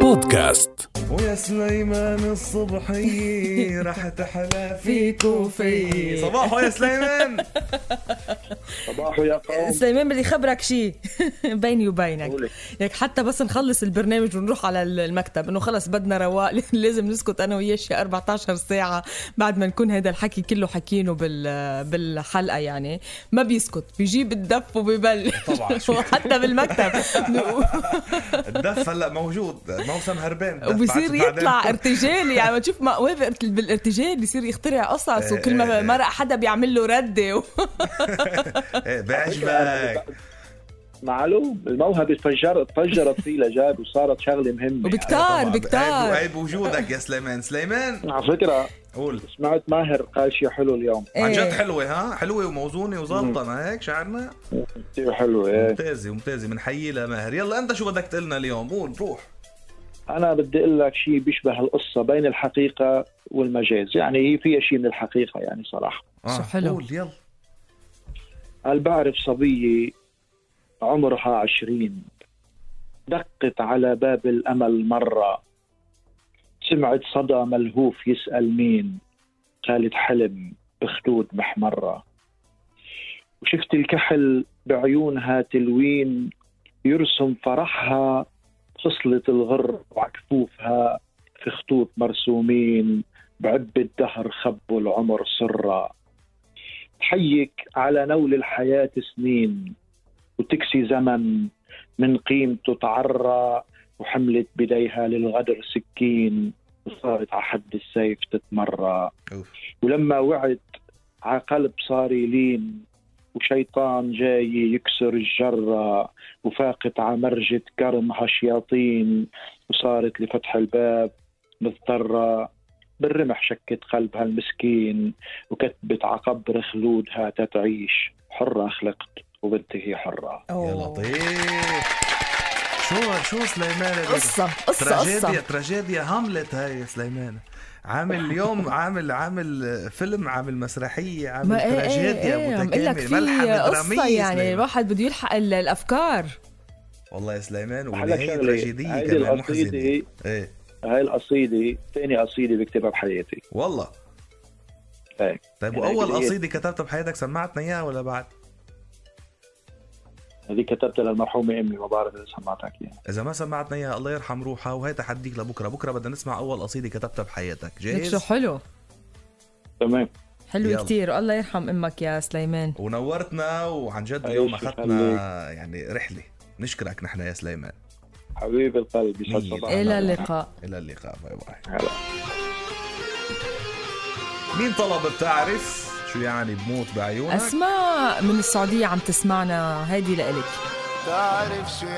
بودكاست ويا سليمان الصبحية رح تحلى فيك وفي صباحو يا سليمان صباحو يا قوم سليمان بدي خبرك شيء بيني وبينك قولي. لك حتى بس نخلص البرنامج ونروح على المكتب انه خلص بدنا رواق لازم نسكت انا وياه شي 14 ساعه بعد ما نكون هذا الحكي كله حكينه بال بالحلقه يعني ما بيسكت بيجيب الدف وبيبلش طبعاً. حتى بالمكتب الدف هلا موجود موسم هربان الدف وبصير بعد- بعدين. يطلع ارتجالي يعني ما تشوف ما وافق بالارتجال بصير يخترع إيه، قصص وكل ما مرق حدا بيعمل له رده ايه بعجبك معلوم الموهبة تفجرت تفجرت فيه لجاب وصارت شغلة مهمة وبكتار عيب- بكتار عيب وجودك يا سليمان سليمان على فكرة قول سمعت ماهر قال شيء حلو اليوم عن إيه. جد حلوة ها حلوة وموزونة وزلطة ما هيك شعرنا كثير حلو ايه ممتازة ممتازة بنحيي لماهر يلا انت شو بدك تقلنا اليوم قول روح أنا بدي أقول لك شيء بيشبه القصة بين الحقيقة والمجاز يعني هي فيها شيء من الحقيقة يعني صراحة آه، شو حلو. قول يلا قال بعرف صبية عمرها عشرين دقت على باب الأمل مرة سمعت صدى ملهوف يسأل مين قالت حلم بخدود محمرة وشفت الكحل بعيونها تلوين يرسم فرحها خصلة الغر وعكفوفها في خطوط مرسومين بعب الدهر خبوا العمر سرًا تحيك على نول الحياة سنين وتكسي زمن من قيمته تعرى وحملت بديها للغدر سكين وصارت على حد السيف تتمرى أوف. ولما وعد على قلب صار يلين وشيطان جاي يكسر الجرة وفاقت على مرجة كرمها شياطين وصارت لفتح الباب مضطرة بالرمح شكت قلبها المسكين وكتبت على قبر خلودها تتعيش حرة خلقت وبنتي هي حرة يا لطيف شو شو سليمان اللي- قصة قصة تراجيديا قصة تراجيديا هاملت هاي يا سليمان عامل اليوم عامل عامل فيلم عامل مسرحيه عامل ما ايه تراجيديا ايه ايه عم اقول لك متكامل في ملحمه قصة دراميه يعني سليمان. الواحد بده يلحق ال- الافكار والله يا سليمان أحلى ونهايه شغلة، تراجيديه هيدي كمان القصيدة محزنه هي- ايه هاي القصيدة ثاني قصيدة بكتبها بحياتي والله هيك طيب يعني واول هيك هي. قصيده كتبتها بحياتك سمعتنا اياها ولا بعد؟ هذه كتبتها للمرحومة أمي ما بعرف إذا سمعتك إياها اذا ما سمعتنا اياها الله يرحم روحها وهي تحديك لبكره بكره بدنا نسمع اول قصيده كتبتها بحياتك لك شو جاهز؟ حلو تمام حلو يلا. كتير الله يرحم امك يا سليمان ونورتنا وعن جد الله اليوم يشفيك. اخذتنا يعني رحله نشكرك نحن يا سليمان حبيب القلب يسعد مية. صباحك. الى اللقاء الى اللقاء باي باي هلا مين طلب بتعرف شو يعني بموت بعيونك اسماء من السعودية عم تسمعنا هيدي لإلك